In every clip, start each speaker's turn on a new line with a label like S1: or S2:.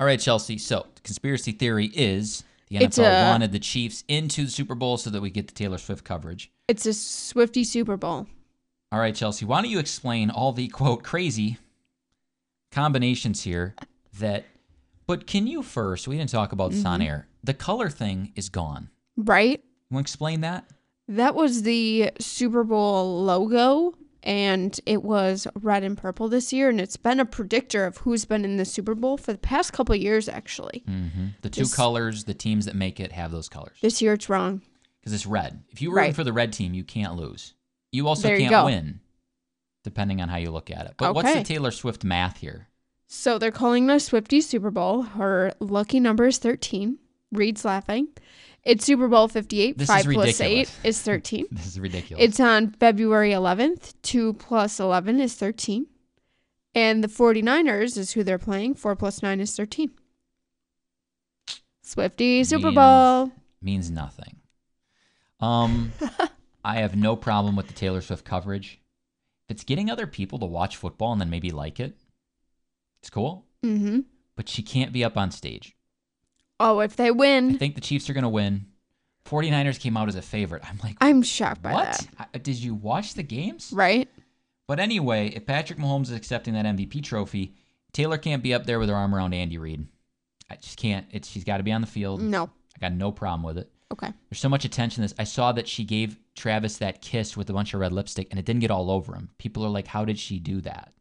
S1: All right, Chelsea. So, the conspiracy theory is the
S2: It's
S1: NFL
S2: a-
S1: wanted the Chiefs into the Super Bowl so that we get the Taylor Swift coverage.
S2: It's a Swifty Super Bowl.
S1: All right, Chelsea, why don't you explain all the quote crazy combinations here that but can you first, we didn't talk about this on
S2: Mm-hmm.
S1: air. The color thing is gone.
S2: Right?
S1: You want to explain that?
S2: That was the Super Bowl logo, and it was red and purple this year, and it's been a predictor of who's been in the Super Bowl for the past couple years, actually.
S1: Mm-hmm. The two
S2: This-
S1: colors, the teams that make it have those colors.
S2: This year it's wrong.
S1: Because it's red. If you were rooting
S2: Right.
S1: for the red team, you can't lose. You also
S2: There you
S1: can't
S2: go.
S1: win, depending on how you look at it. But what's the
S2: Okay.
S1: Taylor Swift math here?
S2: So they're calling the Swifty Super Bowl. Her lucky number is 13. Reed's laughing. It's Super Bowl 58.
S1: This
S2: 5
S1: is
S2: plus 8
S1: ridiculous.
S2: is 13.
S1: This is ridiculous.
S2: It's on February 11th. 2 plus 11 is 13. And the 49ers is who they're playing. 4 plus 9 is 13. Swifty Super
S1: Means-
S2: Bowl.
S1: means nothing. Um, I have no problem with the Taylor Swift coverage. If it's getting other people to watch football and then maybe like it, it's cool.
S2: Mm-hmm.
S1: But she can't be up on stage.
S2: Oh, if they
S1: I
S2: win,
S1: think the Chiefs are going to win. 49ers came out as a favorite. I'm like,
S2: I'm shocked by
S1: what?
S2: that.
S1: I- uh, did you watch the games?
S2: Right?
S1: But anyway, if Patrick Mahomes is accepting that MVP trophy, Taylor can't be up there with her arm around Andy Reid. I just can't. It's, she's got to be on the field.
S2: No.
S1: I got no problem with it.
S2: Okay.
S1: There's so much attention. to This I saw that she gave Travis that kiss with a bunch of red lipstick, and it didn't get all over him. People are like, "How did she do that?"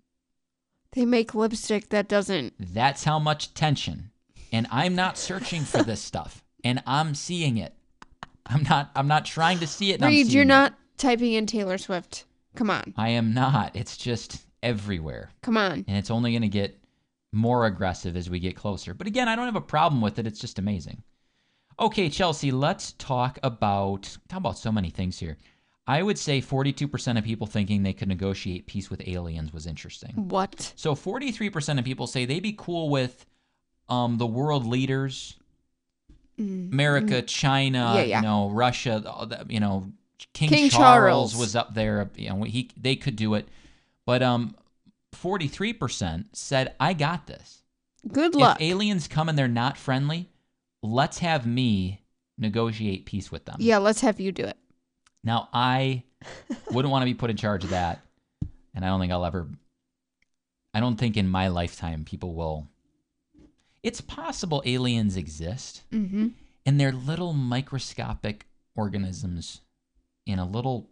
S2: They make lipstick that doesn't.
S1: That's how much tension. And I'm not searching for this stuff, and I'm seeing it. I'm not. I'm not trying to see it. and I'm
S2: Reed,
S1: seeing
S2: you're
S1: it.
S2: not typing in Taylor Swift. Come on.
S1: I am not. It's just everywhere,
S2: Come on.
S1: and it's only going to get more aggressive as we get closer. But again, I don't have a problem with it. It's just amazing. Okay, Chelsea, let's talk about talk about so many things here. I would say 42% of people thinking they could negotiate peace with aliens was interesting.
S2: What?
S1: So 43% of people say they'd be cool with um, the world leaders,
S2: Mm.
S1: America, China,
S2: Mm-hmm. Yeah, yeah.
S1: you know, Russia, all that, you know, King,
S2: King
S1: Charles,
S2: Charles.
S1: was up there, you know, he they could do it. But um 43% said I got this.
S2: Good luck.
S1: If aliens come and they're not friendly, let's have me negotiate peace with them.
S2: yeah, let's have you do it.
S1: Now I wouldn't want to be put in charge of that, and I don't think I'll ever. I don't think in my lifetime people will. It's possible aliens exist,
S2: Mm-hmm.
S1: and they're little microscopic organisms in a little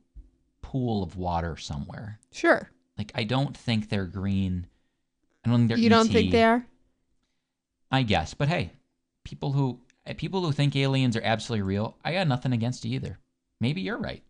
S1: pool of water somewhere.
S2: Sure.
S1: Like I don't think they're green. I don't think they're. E
S2: You don't
S1: ET.
S2: think they are?
S1: I guess, but hey, people who eh, people who think aliens are absolutely real, I got nothing against you either. Maybe you're right.